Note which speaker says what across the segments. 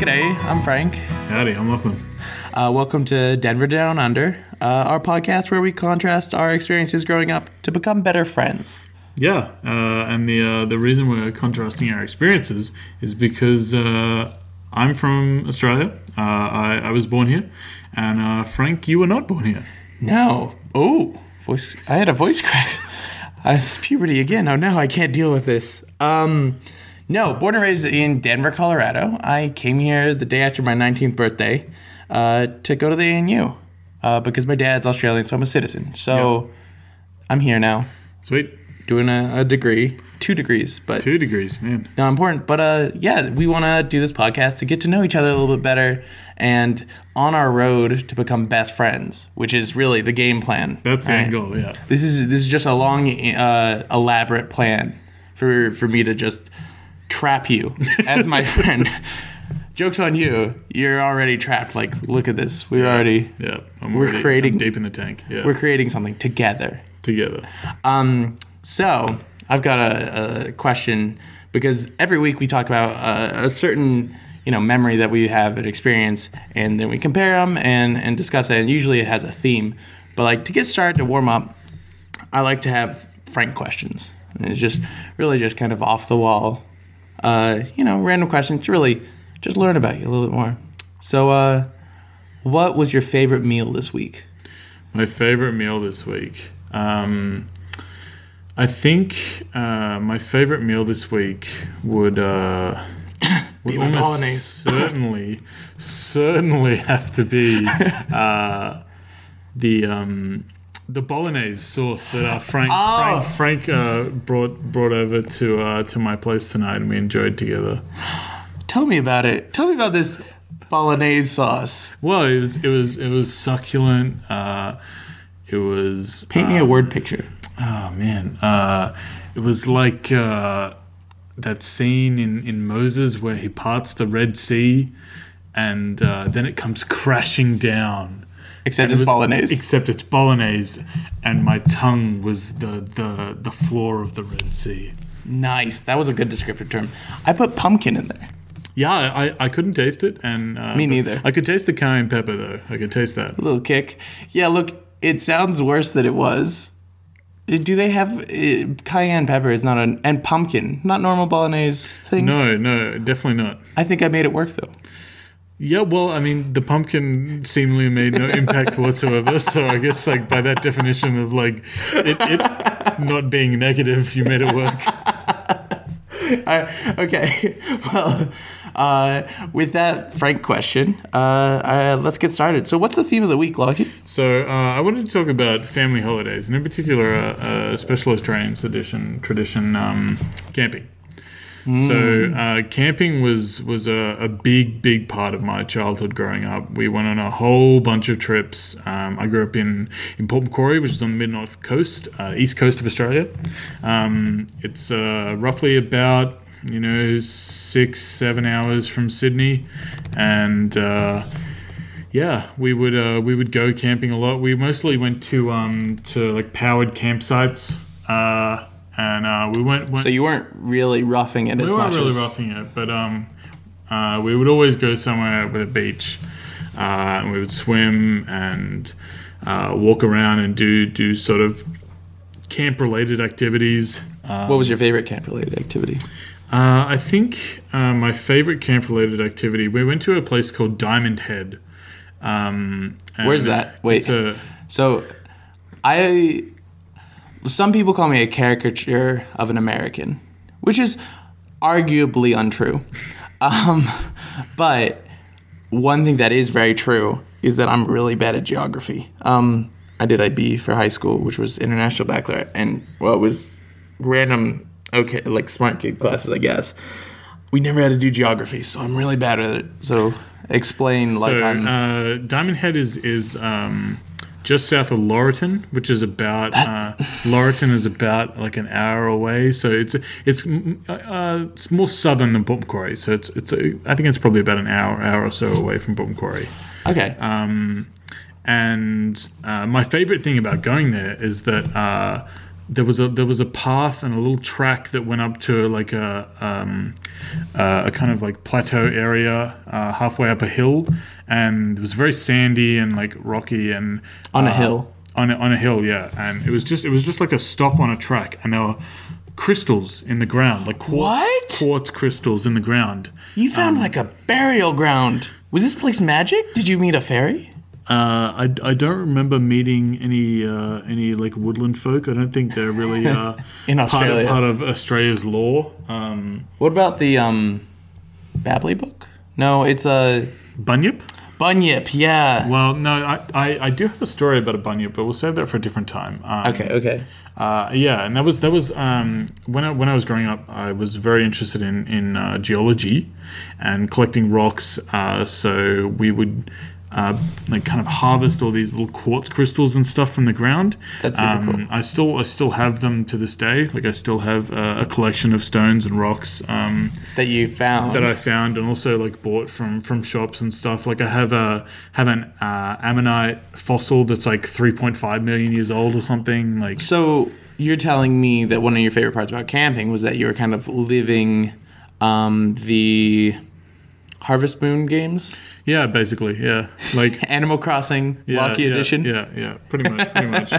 Speaker 1: G'day, I'm Frank.
Speaker 2: Howdy, I'm Lachlan.
Speaker 1: Uh, welcome to Denver Down Under, uh, our podcast where we contrast our experiences growing up to become better friends.
Speaker 2: Yeah, uh, and the uh, the reason we're contrasting our experiences is because uh, I'm from Australia. Uh, I, I was born here, and uh, Frank, you were not born here.
Speaker 1: No, oh, voice. I had a voice crack. Uh, it's puberty again. Oh no, I can't deal with this. Um, no, born and raised in Denver, Colorado. I came here the day after my 19th birthday uh, to go to the ANU uh, because my dad's Australian, so I'm a citizen. So I'm here now.
Speaker 2: Sweet,
Speaker 1: doing a, a degree, two degrees, but
Speaker 2: two degrees, man.
Speaker 1: not important. But uh, yeah, we want to do this podcast to get to know each other a little bit better and on our road to become best friends, which is really the game plan.
Speaker 2: That's the
Speaker 1: right?
Speaker 2: end goal. Yeah,
Speaker 1: This is this is just a long, uh, elaborate plan for for me to just trap you as my friend. Jokes on you. You're already trapped. Like, look at this. We're already
Speaker 2: yeah. I'm
Speaker 1: We're
Speaker 2: already-
Speaker 1: creating-
Speaker 2: I'm deep in the tank. Yeah,
Speaker 1: we're creating something together.
Speaker 2: together.
Speaker 1: Um, so I've got a, a question because every week we talk about uh, a, a certain you know memory that we have and experience, and then we compare them and and discuss it. And usually it has a theme. But like to get started to warm up, I like to have frank questions. And it's just really just kind of off the wall, uh, you know, random questions to really just learn about you a little bit more. So, uh, what was your favorite meal this week?
Speaker 2: My favorite meal this week. Um, I think uh, my favorite meal this week would uh, would
Speaker 1: my
Speaker 2: almost
Speaker 1: bolognese.
Speaker 2: certainly certainly have to be uh, the um, the bolognese sauce that uh, Frank
Speaker 1: Oh.
Speaker 2: Frank Frank uh, brought brought over to uh, to my place tonight and we enjoyed together.
Speaker 1: Tell me about it. Tell me about this bolognese sauce.
Speaker 2: Well, it was it was it was succulent. Uh, it was
Speaker 1: Paint me a word picture.
Speaker 2: Oh man, uh, it was like uh, that scene in, in Moses where he parts the Red Sea, and uh, then it comes crashing down.
Speaker 1: Except
Speaker 2: It
Speaker 1: it's
Speaker 2: was-
Speaker 1: bolognese.
Speaker 2: Except it's bolognese, and my tongue was the the, the floor of the Red Sea.
Speaker 1: nice. That was a good descriptive term. I put pumpkin in there.
Speaker 2: Yeah, I, I- I couldn't taste it, and uh,
Speaker 1: Me
Speaker 2: but
Speaker 1: neither.
Speaker 2: I could taste the cayenne pepper though. I could taste that.
Speaker 1: A little kick. Yeah, look, it sounds worse than it was. Uh, Do they have uh, cayenne pepper? Is not an and pumpkin, not normal bolognese things.
Speaker 2: No, no, definitely not.
Speaker 1: I think I made it work though.
Speaker 2: Yeah, well, I mean, the pumpkin seemingly made no impact whatsoever. So I guess, like, by that definition of like it, it not being negative, you made it work.
Speaker 1: I, okay. Well, uh, with that frank question, uh, uh, let's get started. So, what's the theme of the week, Lockie?
Speaker 2: So uh, I wanted to talk about family holidays, and in particular, uh, a, a special Australian tradition, tradition um, camping. So uh, camping was was a, a big big part of my childhood growing up. We went on a whole bunch of trips. Um, I grew up in in Port Macquarie, which is on the mid north coast, uh, east coast of Australia. Um, it's uh, roughly about you know six seven hours from Sydney, and. Uh, yeah, we would uh, we would go camping a lot. We mostly went to um, to like powered campsites, uh, and uh, we went. went
Speaker 1: So you weren't really roughing it as
Speaker 2: we
Speaker 1: much
Speaker 2: weren't really
Speaker 1: as
Speaker 2: roughing it, but um, uh, we would always go somewhere with a beach, uh, and we would swim and uh, walk around and do do sort of camp related activities. Uh,
Speaker 1: What was your favorite camp-related activity?
Speaker 2: uh, I think uh, my favorite camp related activity. We went to a place called Diamond Head. Um, and
Speaker 1: Where's that? Wait.
Speaker 2: it's a-
Speaker 1: So, I some people call me a caricature of an American, which is arguably untrue. Um, but one thing that is very true is that I'm really bad at geography. Um, I did IB for high school, which was international baccalaureate, and well, it was random, okay, like smart kid classes, I guess. We never had to do geography, so I'm really bad at it. So explain like
Speaker 2: So,
Speaker 1: I'm.
Speaker 2: uh, Diamond Head is is um, just south of Laurelton, which is about uh, Laurelton is about like an hour away. So it's it's mm, uh, uh, it's more southern than Port Macquarie. So it's it's uh, I think it's probably about an hour hour or so away from Port Macquarie.
Speaker 1: okay.
Speaker 2: Um, and uh, my favorite thing about going there is that uh, there was a there was a path and a little track that went up to like a um, uh, a kind of like plateau area uh, halfway up a hill, and it was very sandy and like rocky and
Speaker 1: On a
Speaker 2: uh,
Speaker 1: hill.
Speaker 2: on a, on a hill, yeah. And it was just it was just like a stop on a track, and there were crystals in the ground, like quartz,
Speaker 1: What?
Speaker 2: quartz crystals in the ground.
Speaker 1: You found like a burial ground. Was this place magic? Did you meet a fairy?
Speaker 2: Uh, I, I don't remember meeting any uh, any like woodland folk. I don't think they're really uh,
Speaker 1: In
Speaker 2: part
Speaker 1: Australia.
Speaker 2: of, part of Australia's law. Um,
Speaker 1: What about the um, Babley book? No, it's a
Speaker 2: bunyip.
Speaker 1: bunyip. Yeah.
Speaker 2: Well, no, I, I, I do have a story about a bunyip, but we'll save that for a different time. Um,
Speaker 1: Okay. Okay.
Speaker 2: Uh, yeah, and that was that was um, when I, when I was growing up, I was very interested in in uh, geology and collecting rocks. Uh, so we would. Uh, like kind of harvest all these little quartz crystals and stuff from the ground. Um,
Speaker 1: That's super cool.
Speaker 2: I still I still have them to this day. Like I still have uh, a collection of stones and rocks. Um,
Speaker 1: That you found.
Speaker 2: that I found and also like bought from from shops and stuff. Like I have a have an uh, ammonite fossil that's like 3.5 million years old or something. Like
Speaker 1: so you're telling me that one of your favorite parts about camping was that you were kind of living um, the Harvest Moon games,
Speaker 2: yeah, basically, yeah. Like
Speaker 1: Animal Crossing,
Speaker 2: yeah,
Speaker 1: Lucky
Speaker 2: yeah,
Speaker 1: Edition.
Speaker 2: Yeah, yeah, pretty much, pretty much.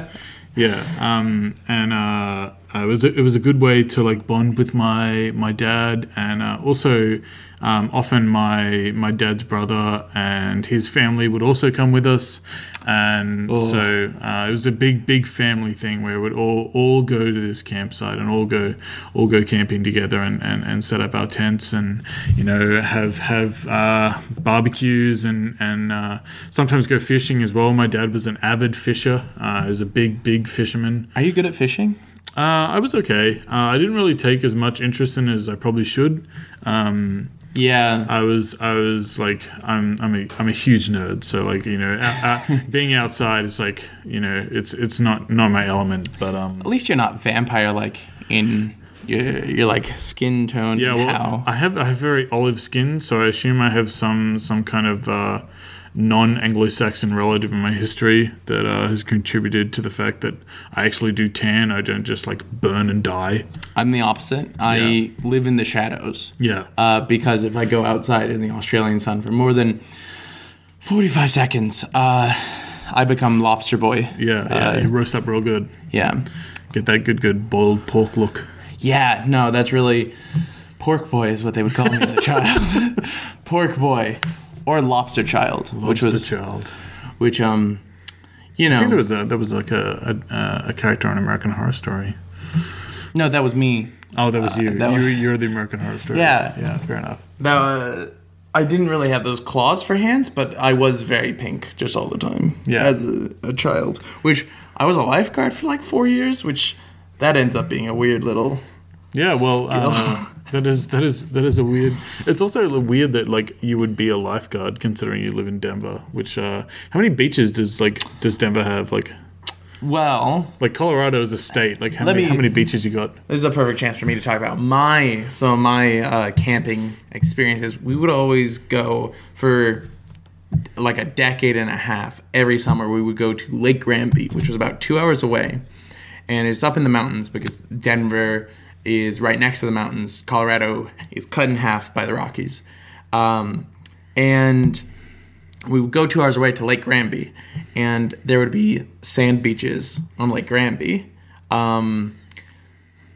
Speaker 2: Yeah, um, and uh, it was a, it was a good way to like bond with my my dad, and uh, also um, often my my dad's brother and his family would also come with us, and so uh, it was a big big family thing where we'd all all go to this campsite and all go all go camping together and, and, and set up our tents and you know have have uh, barbecues and and uh, sometimes go fishing as well. My dad was an avid fisher. Uh, he was a big big fisherman.
Speaker 1: Are you good at fishing?
Speaker 2: Uh, I was okay. Uh, I didn't really take as much interest in it as I probably should. Um,
Speaker 1: Yeah.
Speaker 2: I was I was like I'm I'm a, I'm a huge nerd. So like you know uh, uh, being outside is like you know it's it's not not my element. But um,
Speaker 1: At least you're not vampire like in your your like skin tone.
Speaker 2: Yeah,
Speaker 1: and
Speaker 2: well,
Speaker 1: how-
Speaker 2: I have I have very olive skin, so I assume I have some some kind of uh, non-Anglo-Saxon relative in my history that uh, has contributed to the fact that I actually do tan. I don't just like burn and die.
Speaker 1: I'm the opposite. I
Speaker 2: Yeah.
Speaker 1: live in the shadows.
Speaker 2: Yeah,
Speaker 1: Uh, because if I go outside in the Australian sun for more than 45 seconds, uh, I become lobster boy.
Speaker 2: yeah, yeah.
Speaker 1: uh,
Speaker 2: you roast up real good.
Speaker 1: Yeah.
Speaker 2: Get that good good boiled pork look.
Speaker 1: Yeah, no, that's really pork boy is what they would call me as a child. pork boy or lobster child, which was
Speaker 2: the child.
Speaker 1: which um you
Speaker 2: I
Speaker 1: know,
Speaker 2: think there was a there was like a a, a character on American Horror Story.
Speaker 1: no, that was me.
Speaker 2: Oh, that was you.
Speaker 1: Uh, that
Speaker 2: you.
Speaker 1: was-
Speaker 2: You're the American Horror Story.
Speaker 1: Yeah.
Speaker 2: yeah. Fair enough.
Speaker 1: That uh, I didn't really have those claws for hands, but I was very pink just all the time
Speaker 2: Yeah.
Speaker 1: as a, a child. Which I was a lifeguard for like four years, which that ends up being a weird little.
Speaker 2: Yeah, well, uh, that is that is that is a weird. It's also weird that like you would be a lifeguard considering you live in Denver. Which uh, how many beaches does like does Denver have? Like
Speaker 1: Well,
Speaker 2: like Colorado is a state. Like how
Speaker 1: Let
Speaker 2: many
Speaker 1: me-
Speaker 2: how many beaches you got?
Speaker 1: this is a perfect chance for me to talk about my some of my uh, camping experiences. We would always go for like a decade and a half every summer. We would go to Lake Granby, which was about two hours away, and it's up in the mountains because Denver is right next to the mountains. Colorado is cut in half by the Rockies, um, and we would go two hours away to Lake Granby, and there would be sand beaches on Lake Granby. Um,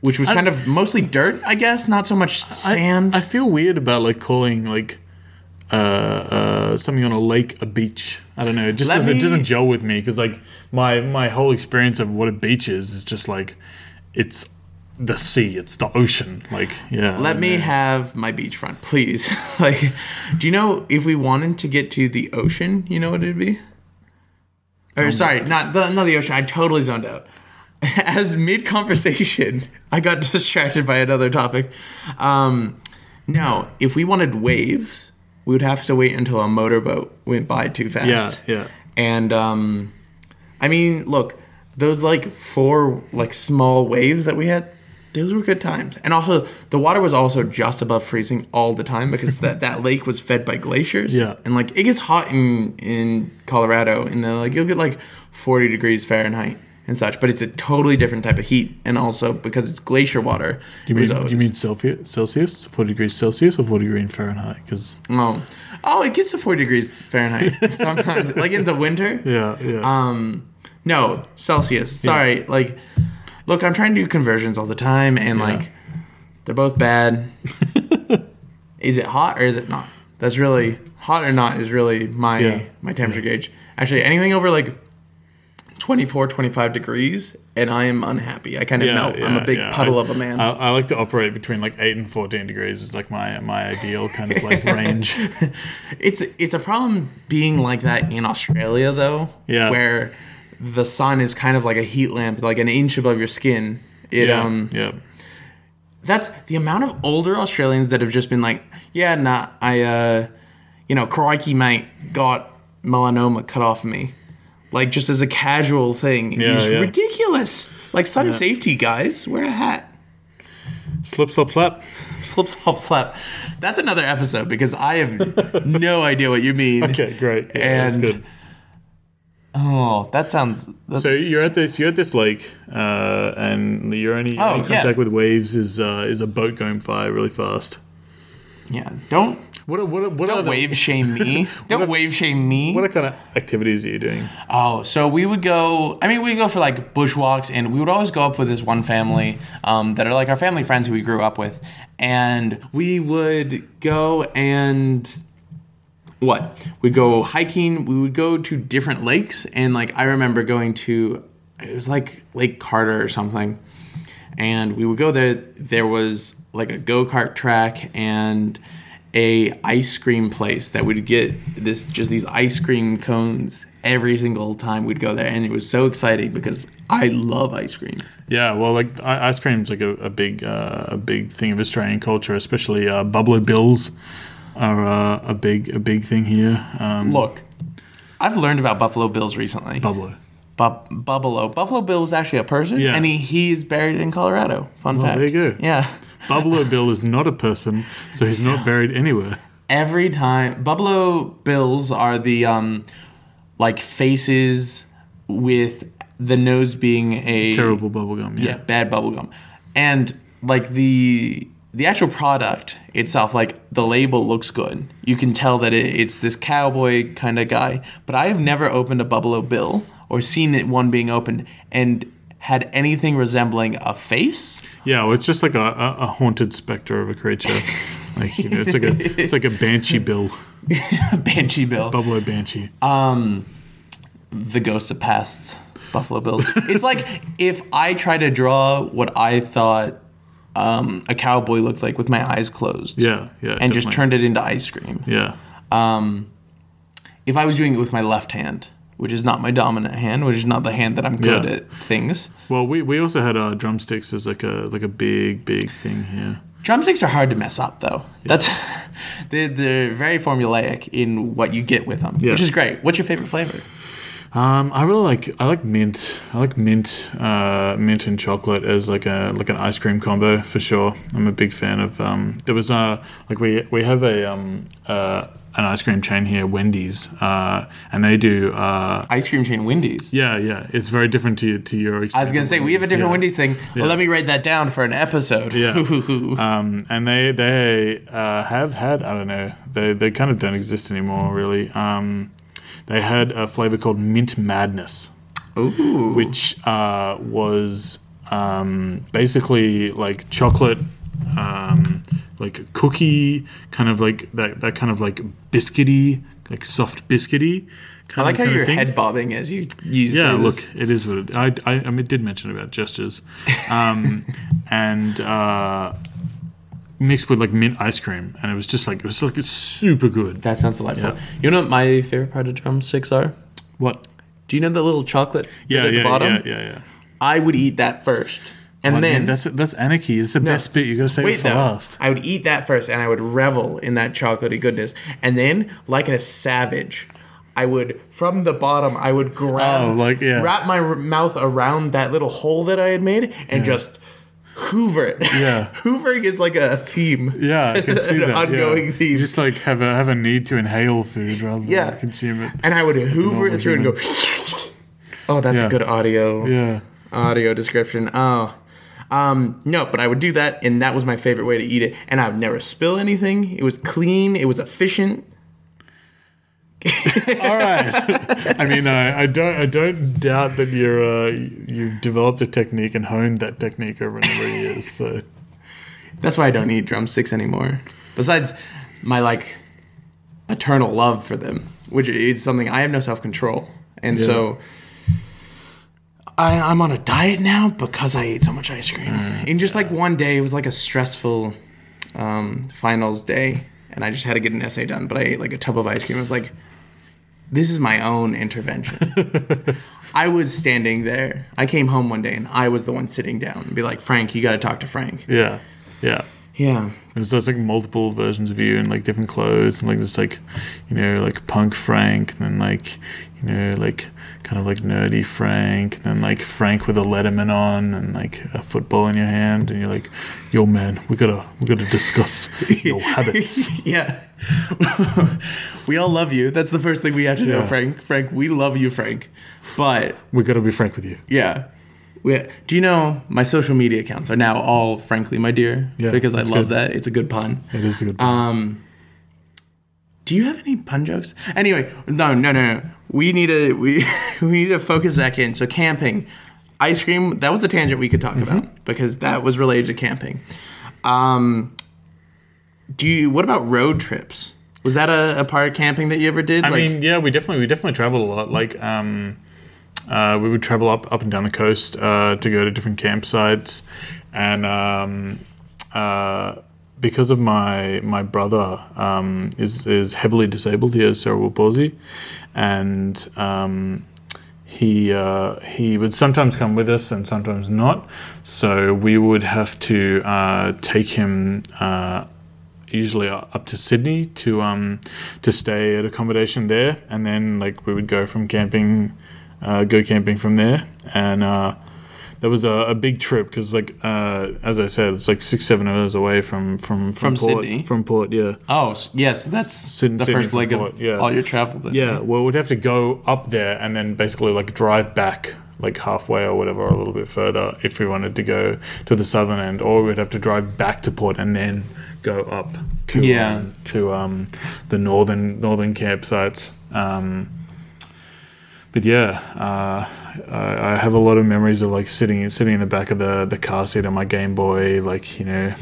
Speaker 1: which was kind of mostly dirt, I guess, not so much sand.
Speaker 2: I, I feel weird about like calling like uh, uh, something on a lake a beach. I don't know. It just
Speaker 1: Let
Speaker 2: doesn't,
Speaker 1: me-
Speaker 2: it doesn't gel with me because like my my whole experience of what a beach is is just like it's the sea, it's the ocean. Like yeah. I
Speaker 1: Let
Speaker 2: don't
Speaker 1: me
Speaker 2: know.
Speaker 1: have my beachfront, please. like, do you know if we wanted to get to the ocean, you know what it'd be? Or sorry, not the not the ocean. I totally zoned out. As mid conversation, I got distracted by another topic. Um, no, if we wanted waves, we would have to wait until a motorboat went by too fast.
Speaker 2: Yeah, yeah.
Speaker 1: And um, I mean, look, those like four like small waves that we had, those were good times. And also, the water was also just above freezing all the time because that that lake was fed by glaciers.
Speaker 2: Yeah.
Speaker 1: And like it gets hot in in Colorado, and then like you'll get like forty degrees Fahrenheit. and such, but it's a totally different type of heat, and also because it's glacier water.
Speaker 2: Do you
Speaker 1: it was
Speaker 2: mean do you
Speaker 1: always-
Speaker 2: mean Celsius, Celsius, forty degrees Celsius, or forty degrees in Fahrenheit? Because
Speaker 1: Oh, oh, it gets to four degrees Fahrenheit sometimes, like in the winter.
Speaker 2: yeah, yeah,
Speaker 1: Um, no Celsius. Sorry. Like, look, I'm trying to do conversions all the time, and
Speaker 2: Yeah.
Speaker 1: like, they're both bad. is it hot or is it not? That's really hot or not is really my
Speaker 2: Yeah.
Speaker 1: my temperature gauge. Actually, anything over like 24, 25 degrees, and I am unhappy. I kind of
Speaker 2: yeah,
Speaker 1: melt. I'm
Speaker 2: yeah,
Speaker 1: a big
Speaker 2: yeah.
Speaker 1: puddle
Speaker 2: I-
Speaker 1: of a man.
Speaker 2: I, I like to operate between like eight and fourteen degrees. Is like my my ideal kind of like range.
Speaker 1: It's it's a problem being like that in Australia though.
Speaker 2: Yeah.
Speaker 1: Where the sun is kind of like a heat lamp, like an inch above your skin. It
Speaker 2: Yeah,
Speaker 1: um
Speaker 2: yeah,
Speaker 1: that's the amount of older Australians that have just been like, Yeah, nah, I uh you know, crikey mate, got melanoma cut off me. Like just as a casual thing.
Speaker 2: Yeah,
Speaker 1: it's
Speaker 2: yeah.
Speaker 1: ridiculous. Like sun safety, guys. Wear a hat.
Speaker 2: slip, slop, slap.
Speaker 1: Slip slop slap. That's another episode because I have no idea what you mean.
Speaker 2: Okay, great. Yeah, that's
Speaker 1: And-
Speaker 2: good.
Speaker 1: Oh, that sounds that
Speaker 2: So you're at this you're at this lake, uh, and your only, your
Speaker 1: Oh,
Speaker 2: only
Speaker 1: yeah.
Speaker 2: contact with waves is uh, is a boat going by really fast.
Speaker 1: Yeah, don't
Speaker 2: What are- what are- what are
Speaker 1: don't
Speaker 2: the,
Speaker 1: wave shame me. Don't wave shame me.
Speaker 2: what kind of activities are you doing?
Speaker 1: oh, so we would go. I mean, we would go for like bushwalks, and we would always go up with this one family um, that are like our family friends who we grew up with, and we would go and what? We'd go hiking. We would go to different lakes, and like I remember going to it was like Lake Carter or something, and we would go there. There was like a go kart track and a ice cream place that would get this just these ice cream cones every single time we'd go there, and it was so exciting because I love ice cream.
Speaker 2: Yeah, well, like i- ice cream's like a, a big uh, a big thing of Australian culture, especially uh, bubbler bills are uh, a big a big thing here. Um,
Speaker 1: Look, I've learned about Buffalo Bills recently.
Speaker 2: bubbler.
Speaker 1: Bub- Buffalo. Buffalo Bill was actually a person,
Speaker 2: Yeah.
Speaker 1: and he, he's buried in Colorado. Fun fact.
Speaker 2: there you go.
Speaker 1: Yeah.
Speaker 2: Bubbler Bill is not a person, so he's not buried anywhere.
Speaker 1: Every time, Buffalo Bills are the um, like faces with the nose being a
Speaker 2: Terrible bubblegum.
Speaker 1: yeah bad bubblegum, and like the the actual product itself, like the label looks good. You can tell that it, it's this cowboy kind of guy. But I have never opened a Buffalo Bill or seen it one being opened and had anything resembling a face.
Speaker 2: Yeah, well, it's just like a, a, a haunted specter of a creature. like you know, it's like a it's like a banshee bill,
Speaker 1: Banshee Bill,
Speaker 2: buffalo banshee.
Speaker 1: the ghost of past Buffalo Bills. it's like if I try to draw what I thought um, a cowboy looked like with my eyes closed,
Speaker 2: yeah, yeah.
Speaker 1: and just
Speaker 2: definitely.
Speaker 1: turned it into ice cream.
Speaker 2: Yeah,
Speaker 1: If I was doing it with my left hand, which is not my dominant hand, which is not the hand that I'm good
Speaker 2: Yeah.
Speaker 1: at things.
Speaker 2: well, we, we also had uh, drumsticks as like a like a big big thing here.
Speaker 1: Drumsticks are hard to mess up, though. That's they're, they're very formulaic in what you get with them,
Speaker 2: Yeah.
Speaker 1: which is great. What's your favorite flavor?
Speaker 2: Um, I really like I like mint. I like mint, uh, mint and chocolate as like a like an ice cream combo for sure. I'm a big fan of. Um, there was uh like we we have a um uh an ice cream chain here, Wendy's, uh, and they do uh
Speaker 1: Ice cream chain Wendy's.
Speaker 2: yeah yeah. It's very different to to your. Experience
Speaker 1: I was gonna
Speaker 2: at
Speaker 1: say we have a different
Speaker 2: yeah.
Speaker 1: Wendy's thing. Well, let me write that down for an episode.
Speaker 2: Yeah. um, and they they uh, have had I don't know they they kind of don't exist anymore really. Um, they had a flavor called mint madness.
Speaker 1: Ooh.
Speaker 2: which uh, was um, basically like chocolate, um, like cookie, kind of like that, that kind of like biscuity, like soft biscuity. Kind
Speaker 1: I like how
Speaker 2: of, kind of
Speaker 1: your
Speaker 2: thing.
Speaker 1: head bobbing as you use.
Speaker 2: Yeah, look, it is what it, I, I, I mean, did mention about gestures, um, and uh, mixed with like mint ice cream, and it was just like it was like super good.
Speaker 1: that sounds delightful. You know what my favorite part of drumsticks are?
Speaker 2: What?
Speaker 1: Do you know the little chocolate bit
Speaker 2: Yeah,
Speaker 1: at the
Speaker 2: yeah,
Speaker 1: bottom?
Speaker 2: yeah, yeah, yeah.
Speaker 1: I would eat that first, and
Speaker 2: Like,
Speaker 1: then
Speaker 2: man, that's that's anarchy. It's the best bit. You gotta save it
Speaker 1: wait
Speaker 2: for
Speaker 1: though.
Speaker 2: last.
Speaker 1: I would eat that first, and I would revel in that chocolatey goodness, and then like a savage. I would, from the bottom, I would grab,
Speaker 2: Oh, like, yeah.
Speaker 1: wrap my r- mouth around that little hole that I had made and just hoover it.
Speaker 2: Yeah.
Speaker 1: Hoovering is like a theme.
Speaker 2: Yeah, I can see
Speaker 1: An
Speaker 2: that. yeah.
Speaker 1: ongoing theme.
Speaker 2: You just like have a have a need to inhale food rather
Speaker 1: Yeah.
Speaker 2: than consume it.
Speaker 1: and I would hoover
Speaker 2: normal
Speaker 1: it through and go, Oh, that's
Speaker 2: Yeah.
Speaker 1: good audio.
Speaker 2: Yeah.
Speaker 1: Audio description. Oh. Um, no, but I would do that, and that was my favorite way to eat it. And I would never spill anything. It was clean. It was efficient.
Speaker 2: All right. I mean, I, I don't, I don't doubt that you're, uh, you've developed a technique and honed that technique over a number of years. So,
Speaker 1: That's why I don't eat drumsticks anymore. Besides my like eternal love for them, which is something I have no self control, and
Speaker 2: Yeah.
Speaker 1: so I, I'm on a diet now because I ate so much ice cream. And just like one day, it was like a stressful um, finals day, and I just had to get an essay done. But I ate like a tub of ice cream. I was like, this is my own intervention. I was standing there. I came home one day and I was the one sitting down and be like, Frank, you got to talk to Frank.
Speaker 2: yeah, yeah.
Speaker 1: Yeah.
Speaker 2: There's just like multiple versions of you in like different clothes and like just like, you know, like punk Frank and then like, you know, like kind of like nerdy Frank and then like Frank with a Letterman on and like a football in your hand and you're like, yo man, we gotta we gotta discuss your habits.
Speaker 1: yeah. we all love you. That's the first thing we have to know,
Speaker 2: Yeah.
Speaker 1: Frank. Frank, we love you, Frank. But
Speaker 2: We gotta be frank with you.
Speaker 1: yeah. We, do you know my social media accounts are now all frankly, my dear?
Speaker 2: Yeah,
Speaker 1: because I
Speaker 2: that's
Speaker 1: love
Speaker 2: good.
Speaker 1: that. It's a good pun.
Speaker 2: It is a good.
Speaker 1: Um Do you have any pun jokes? Anyway, no, no, no. no. We need to we we need to focus back in. So camping. Ice cream, that was a tangent we could talk about because that was related to camping. Um do you what about road trips? Was that a, a part of camping that you ever did?
Speaker 2: I mean, yeah, we definitely we definitely traveled a lot. Like, um, uh, we would travel up up and down the coast uh, to go to different campsites, and um, uh, because of my my brother um, is is heavily disabled. He has cerebral palsy, and um, he uh, he would sometimes come with us and sometimes not. So we would have to uh, take him. Uh, usually up to Sydney to um to stay at accommodation there, and then like we would go from camping, uh, go camping from there, and uh, that was a, a big trip because like uh, as I said, it's like six seven hours away from from
Speaker 1: From
Speaker 2: from, port,
Speaker 1: Sydney.
Speaker 2: from port, yeah.
Speaker 1: oh yes, that's
Speaker 2: Sydney-
Speaker 1: the
Speaker 2: Sydney
Speaker 1: first leg of
Speaker 2: Port, yeah.
Speaker 1: all your travel. Then.
Speaker 2: Yeah, well, we'd have to go up there and then basically like drive back like halfway or whatever, or a little bit further if we wanted to go to the southern end, or we'd have to drive back to port and then go up to
Speaker 1: Yeah.
Speaker 2: um, to um, the northern northern campsites. Um, but yeah, uh, I, I have a lot of memories of like sitting sitting in the back of the the car seat on my Game Boy, like you know,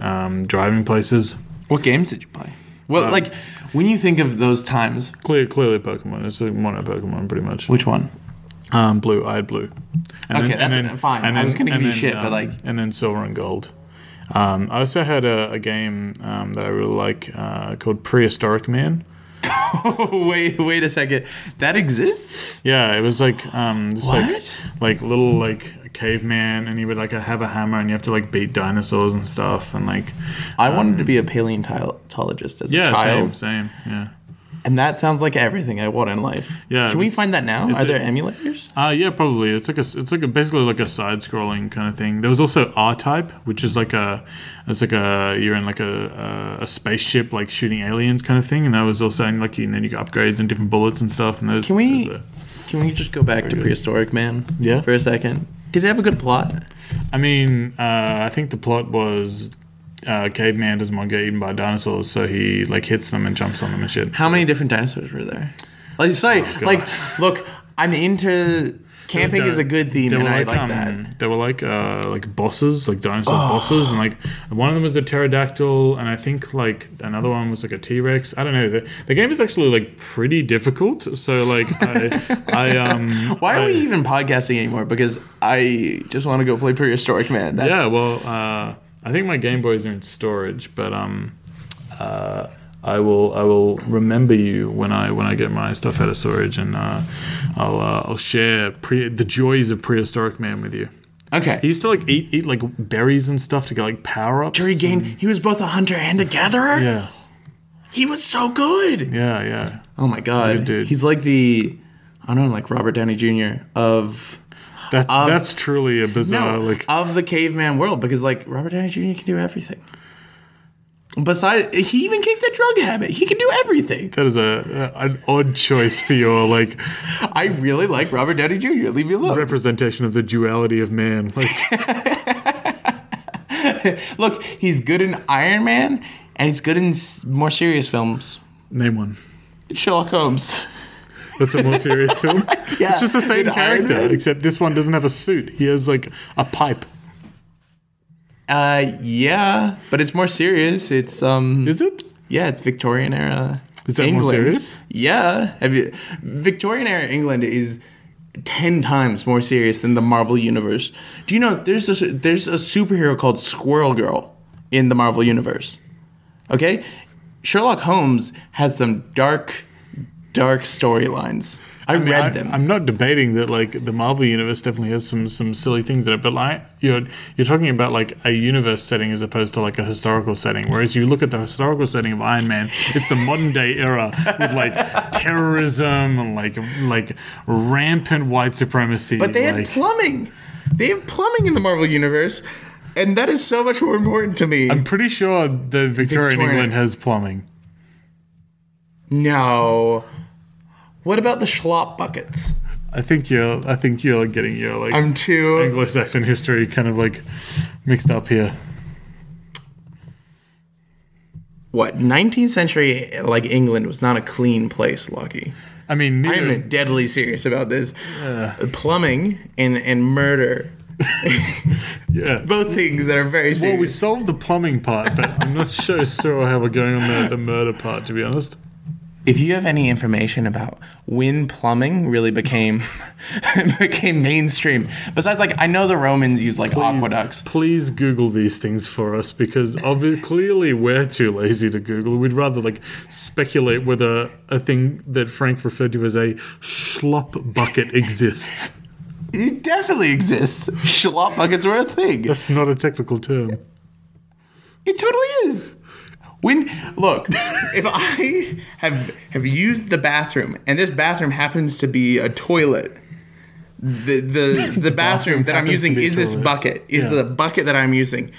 Speaker 2: um, driving places.
Speaker 1: What games did you play? Well,
Speaker 2: Um,
Speaker 1: like when you think of those times,
Speaker 2: Clear, clearly Pokemon. It's a mono Pokemon, pretty much.
Speaker 1: which one?
Speaker 2: Um, blue. I had blue. And
Speaker 1: Okay, that's- fine. I was gonna give you shit, but,
Speaker 2: um,
Speaker 1: like-
Speaker 2: and then silver and gold. Um, I also had a, a game um, that I really like uh, called Prehistoric Man.
Speaker 1: wait, wait a second. That exists?
Speaker 2: Yeah, it was like um, just
Speaker 1: What?
Speaker 2: like like little like caveman, and he would like have a hammer, and you have to like beat dinosaurs and stuff, and like
Speaker 1: I wanted to be a paleontologist as
Speaker 2: Um, yeah,
Speaker 1: a child,
Speaker 2: same, same, yeah.
Speaker 1: and that sounds like everything I want in life.
Speaker 2: Yeah,
Speaker 1: Can we
Speaker 2: it's-
Speaker 1: find that now?
Speaker 2: it's
Speaker 1: Are
Speaker 2: a-
Speaker 1: there emulators?
Speaker 2: Uh, yeah, probably. It's like a, it's like a, basically like a side-scrolling kind of thing. There was also R-Type, which is like a, it's like a you're in like a, a, a spaceship like shooting aliens kind of thing, and that was also in like and then you got upgrades and different bullets and stuff. And those
Speaker 1: Can we-
Speaker 2: those are-
Speaker 1: Can we just go back to prehistoric man?
Speaker 2: Yeah.
Speaker 1: For a second. Did it have a good plot?
Speaker 2: I mean, uh, I think the plot was. Uh, caveman doesn't want to get eaten by dinosaurs, so he like hits them and jumps on them and shit.
Speaker 1: How many different dinosaurs were there? Like, sorry,
Speaker 2: Oh, God.
Speaker 1: like, look, I'm into camping is a good theme,
Speaker 2: They
Speaker 1: and
Speaker 2: were
Speaker 1: I like
Speaker 2: um,
Speaker 1: that. Oh.
Speaker 2: They were like uh, like bosses, like dinosaur bosses, and like one of them was a pterodactyl, and I think like another one was like a T Rex. I don't know. The, the game is actually like pretty difficult. So like I, I um
Speaker 1: Why are
Speaker 2: I-
Speaker 1: we even podcasting anymore? Because I just want to go play prehistoric man. That's,
Speaker 2: Yeah, well, uh, I think my Game Boys are in storage, but um, uh, I will I will remember you when I when I get my stuff out of storage, and uh, I'll uh, I'll share pre- the joys of prehistoric man with you.
Speaker 1: Okay.
Speaker 2: He used to like eat eat like berries and stuff to get like power ups.
Speaker 1: to regain. He was both a hunter and a gatherer.
Speaker 2: Yeah,
Speaker 1: He was so good.
Speaker 2: yeah, yeah.
Speaker 1: Oh my god,
Speaker 2: Dude, dude.
Speaker 1: he's like the I don't know, like Robert Downey Jr. of
Speaker 2: That's that's truly a bizarre
Speaker 1: Um, no, uh,
Speaker 2: like.
Speaker 1: of the caveman world because like Robert Downey Jr. can do everything. Besides, he even kicked the drug habit. He can do everything.
Speaker 2: That is a an odd choice for your like
Speaker 1: I really like Robert Downey Jr. Leave me alone.
Speaker 2: representation of the duality of man. Like
Speaker 1: Look, he's good in Iron Man, and he's good in s- more serious films.
Speaker 2: name one.
Speaker 1: Sherlock Holmes.
Speaker 2: That's a more serious film.
Speaker 1: Yeah,
Speaker 2: It's just the same
Speaker 1: in Iron
Speaker 2: character,
Speaker 1: Man.
Speaker 2: except this one doesn't have a suit. He has like a pipe.
Speaker 1: Uh, yeah, but it's more serious. It's um,
Speaker 2: Is it?
Speaker 1: yeah, it's Victorian era.
Speaker 2: Is that more
Speaker 1: England.
Speaker 2: serious?
Speaker 1: Yeah, have you? Victorian era England is ten times more serious than the Marvel universe. Do you know there's a there's a superhero called Squirrel Girl in the Marvel universe? Okay, Sherlock Holmes has some dark, dark storylines. I,
Speaker 2: I mean,
Speaker 1: read
Speaker 2: I-
Speaker 1: them.
Speaker 2: I'm not debating that like the Marvel universe definitely has some some silly things in it, but like you're you're talking about like a universe setting as opposed to like a historical setting. Whereas you look at the historical setting of Iron Man, it's the modern day era with like terrorism and like like rampant white supremacy.
Speaker 1: But they
Speaker 2: like,
Speaker 1: had plumbing. They have plumbing in the Marvel universe, and that is so much more important to me.
Speaker 2: I'm pretty sure the Victorian
Speaker 1: Victorian.
Speaker 2: England has plumbing.
Speaker 1: no. What about the schlop buckets?
Speaker 2: I think you're I think you're getting your like
Speaker 1: I'm too.
Speaker 2: Anglo-Saxon history kind of like mixed up here.
Speaker 1: What? 19th century like England was not a clean place, Lucky.
Speaker 2: I mean,
Speaker 1: I
Speaker 2: neither-
Speaker 1: am deadly serious about this. Plumbing and and murder,
Speaker 2: yeah.
Speaker 1: both things that are very
Speaker 2: Well, we
Speaker 1: serious.
Speaker 2: solved the plumbing part, but I'm not so sure how we're going on the, the murder part, to be honest.
Speaker 1: if you have any information about when plumbing really became became mainstream, besides like I know the Romans used like aqueducts.
Speaker 2: Please Google these things for us because obviously, clearly we're too lazy to Google. We'd rather like speculate whether a thing that Frank referred to as a schlop bucket exists.
Speaker 1: It definitely exists. Schlop buckets were a thing.
Speaker 2: That's not a technical term.
Speaker 1: It totally is. When look, if I have have used the bathroom and this bathroom happens to be a toilet, the the the, bathroom, that I'm
Speaker 2: happens to
Speaker 1: using
Speaker 2: be a
Speaker 1: is this
Speaker 2: toilet.
Speaker 1: bucket. Is
Speaker 2: Yeah.
Speaker 1: the bucket that I'm using.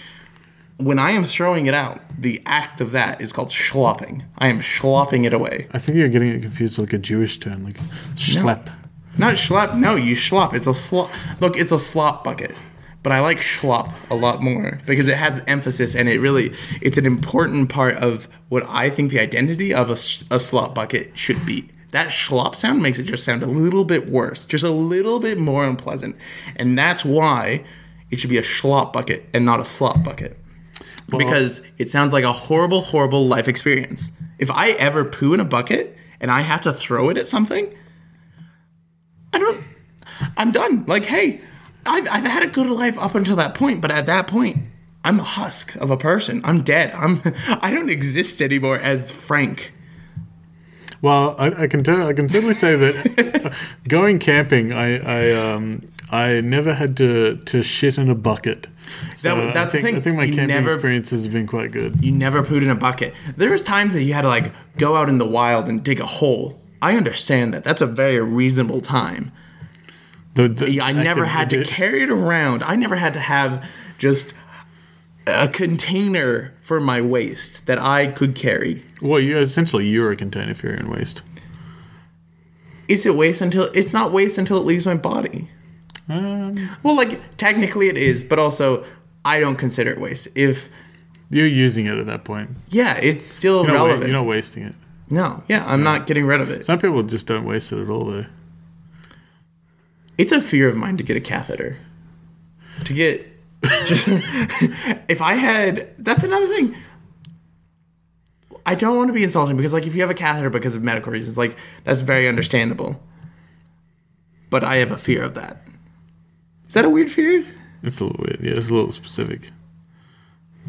Speaker 1: When I am throwing it out, the act of that is called schlopping. I am schlopping it away.
Speaker 2: I think you're getting it confused with like a Jewish term, like schlep.
Speaker 1: Not schlop. No, you schlop. It's a slop. Look, it's a slop bucket. But I like schlop a lot more because it has emphasis and it really it's an important part of what I think the identity of a, s- a slop bucket should be. That schlop sound makes it just sound a little bit worse, just a little bit more unpleasant, and that's why it should be a schlop bucket and not a slop bucket because it sounds like a horrible, horrible life experience. If I ever poo in a bucket and I have to throw it at something, I don't. I'm done. Like, hey, I've, I've had a good life up until that point, but at that point, I'm a husk of a person. I'm dead. I'm. I don't exist anymore as Frank.
Speaker 2: Well, I, I can tell, I can certainly say that going camping, I I, um, I never had to, to shit in a bucket. So uh,
Speaker 1: That was-
Speaker 2: I
Speaker 1: that's the
Speaker 2: think-
Speaker 1: thing.
Speaker 2: I think my
Speaker 1: You
Speaker 2: camping
Speaker 1: never-
Speaker 2: experiences have been quite good.
Speaker 1: You never pooed in a bucket. There was times that you had to like go out in the wild and dig a hole. I understand that. That's a very reasonable time.
Speaker 2: The- the
Speaker 1: Yeah, I never
Speaker 2: activity
Speaker 1: had to
Speaker 2: did-
Speaker 1: carry it around. I never had to have just a container for my waste that I could carry.
Speaker 2: Well, you essentially you're a container for your own waste.
Speaker 1: Is it waste until it's not waste until it leaves my body?
Speaker 2: Um,
Speaker 1: Well, like technically it is, but also I don't consider it waste. If
Speaker 2: you're using it at that point.
Speaker 1: yeah, it's still
Speaker 2: You're not, wa-
Speaker 1: relevant.
Speaker 2: you're not wasting it.
Speaker 1: no, yeah, I'm not getting rid of it.
Speaker 2: Some people just don't waste it at all, though.
Speaker 1: It's a fear of mine to get a catheter. To get just if I had that's another thing. I don't want to be insulting because like if you have a catheter because of medical reasons, like that's very understandable. But I have a fear of that. Is that a weird fear?
Speaker 2: It's a little weird. Yeah, it's a little specific.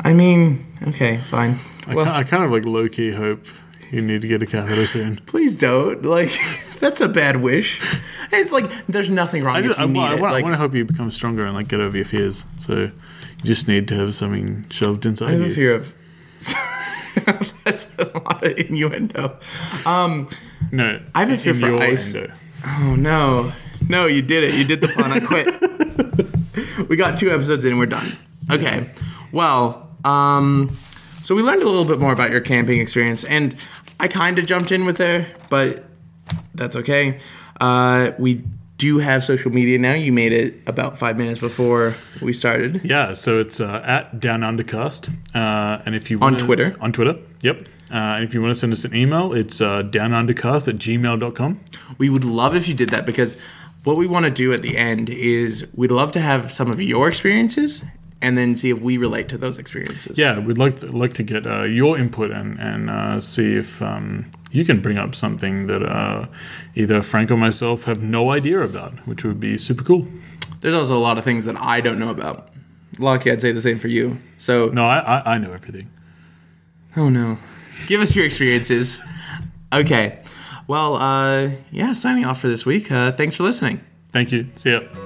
Speaker 1: I mean, okay, fine.
Speaker 2: I,
Speaker 1: Well-
Speaker 2: ki- I kind of like low key hope you need to get a catheter soon.
Speaker 1: Please don't. Like that's a bad wish. It's like there's nothing wrong
Speaker 2: I,
Speaker 1: if you
Speaker 2: just, I,
Speaker 1: need
Speaker 2: wa- I,
Speaker 1: it.
Speaker 2: wa- I
Speaker 1: like,
Speaker 2: want to help you become stronger and like get over your fears. So you just need to have something shoved inside
Speaker 1: I have
Speaker 2: you.
Speaker 1: a fear of. that's a lot of innuendo. Um,
Speaker 2: No,
Speaker 1: I have a fear
Speaker 2: in
Speaker 1: for
Speaker 2: your
Speaker 1: ice.
Speaker 2: endo.
Speaker 1: oh no, no, you did it. You did the pun. I quit. we got two episodes in and we're done. Okay. Well, um, So we learned a little bit more about your camping experience, and I kind of jumped in with there, but that's okay. Uh, we do have social media now. You made it about five minutes before we started.
Speaker 2: Yeah, so it's uh, at Down Undercast, uh, and if you
Speaker 1: On
Speaker 2: wanna-
Speaker 1: Twitter.
Speaker 2: on Twitter, yep. Uh, and if you want to send us an email, it's uh, downundercast at gmail.com.
Speaker 1: We would love if you did that because what we want to do at the end is we'd love to have some of your experiences and then see if we relate to those experiences.
Speaker 2: Yeah, we'd like to, like to get uh, your input and and uh, see if um, you can bring up something that uh, either Frank or myself have no idea about, which would be super cool.
Speaker 1: There's also a lot of things that I don't know about. Lucky, I'd say the same for you. So,
Speaker 2: No, I I, I know everything.
Speaker 1: oh no. Give us your experiences. Okay. Well, uh, yeah, signing off for this week. Uh, thanks for listening.
Speaker 2: Thank you. See ya.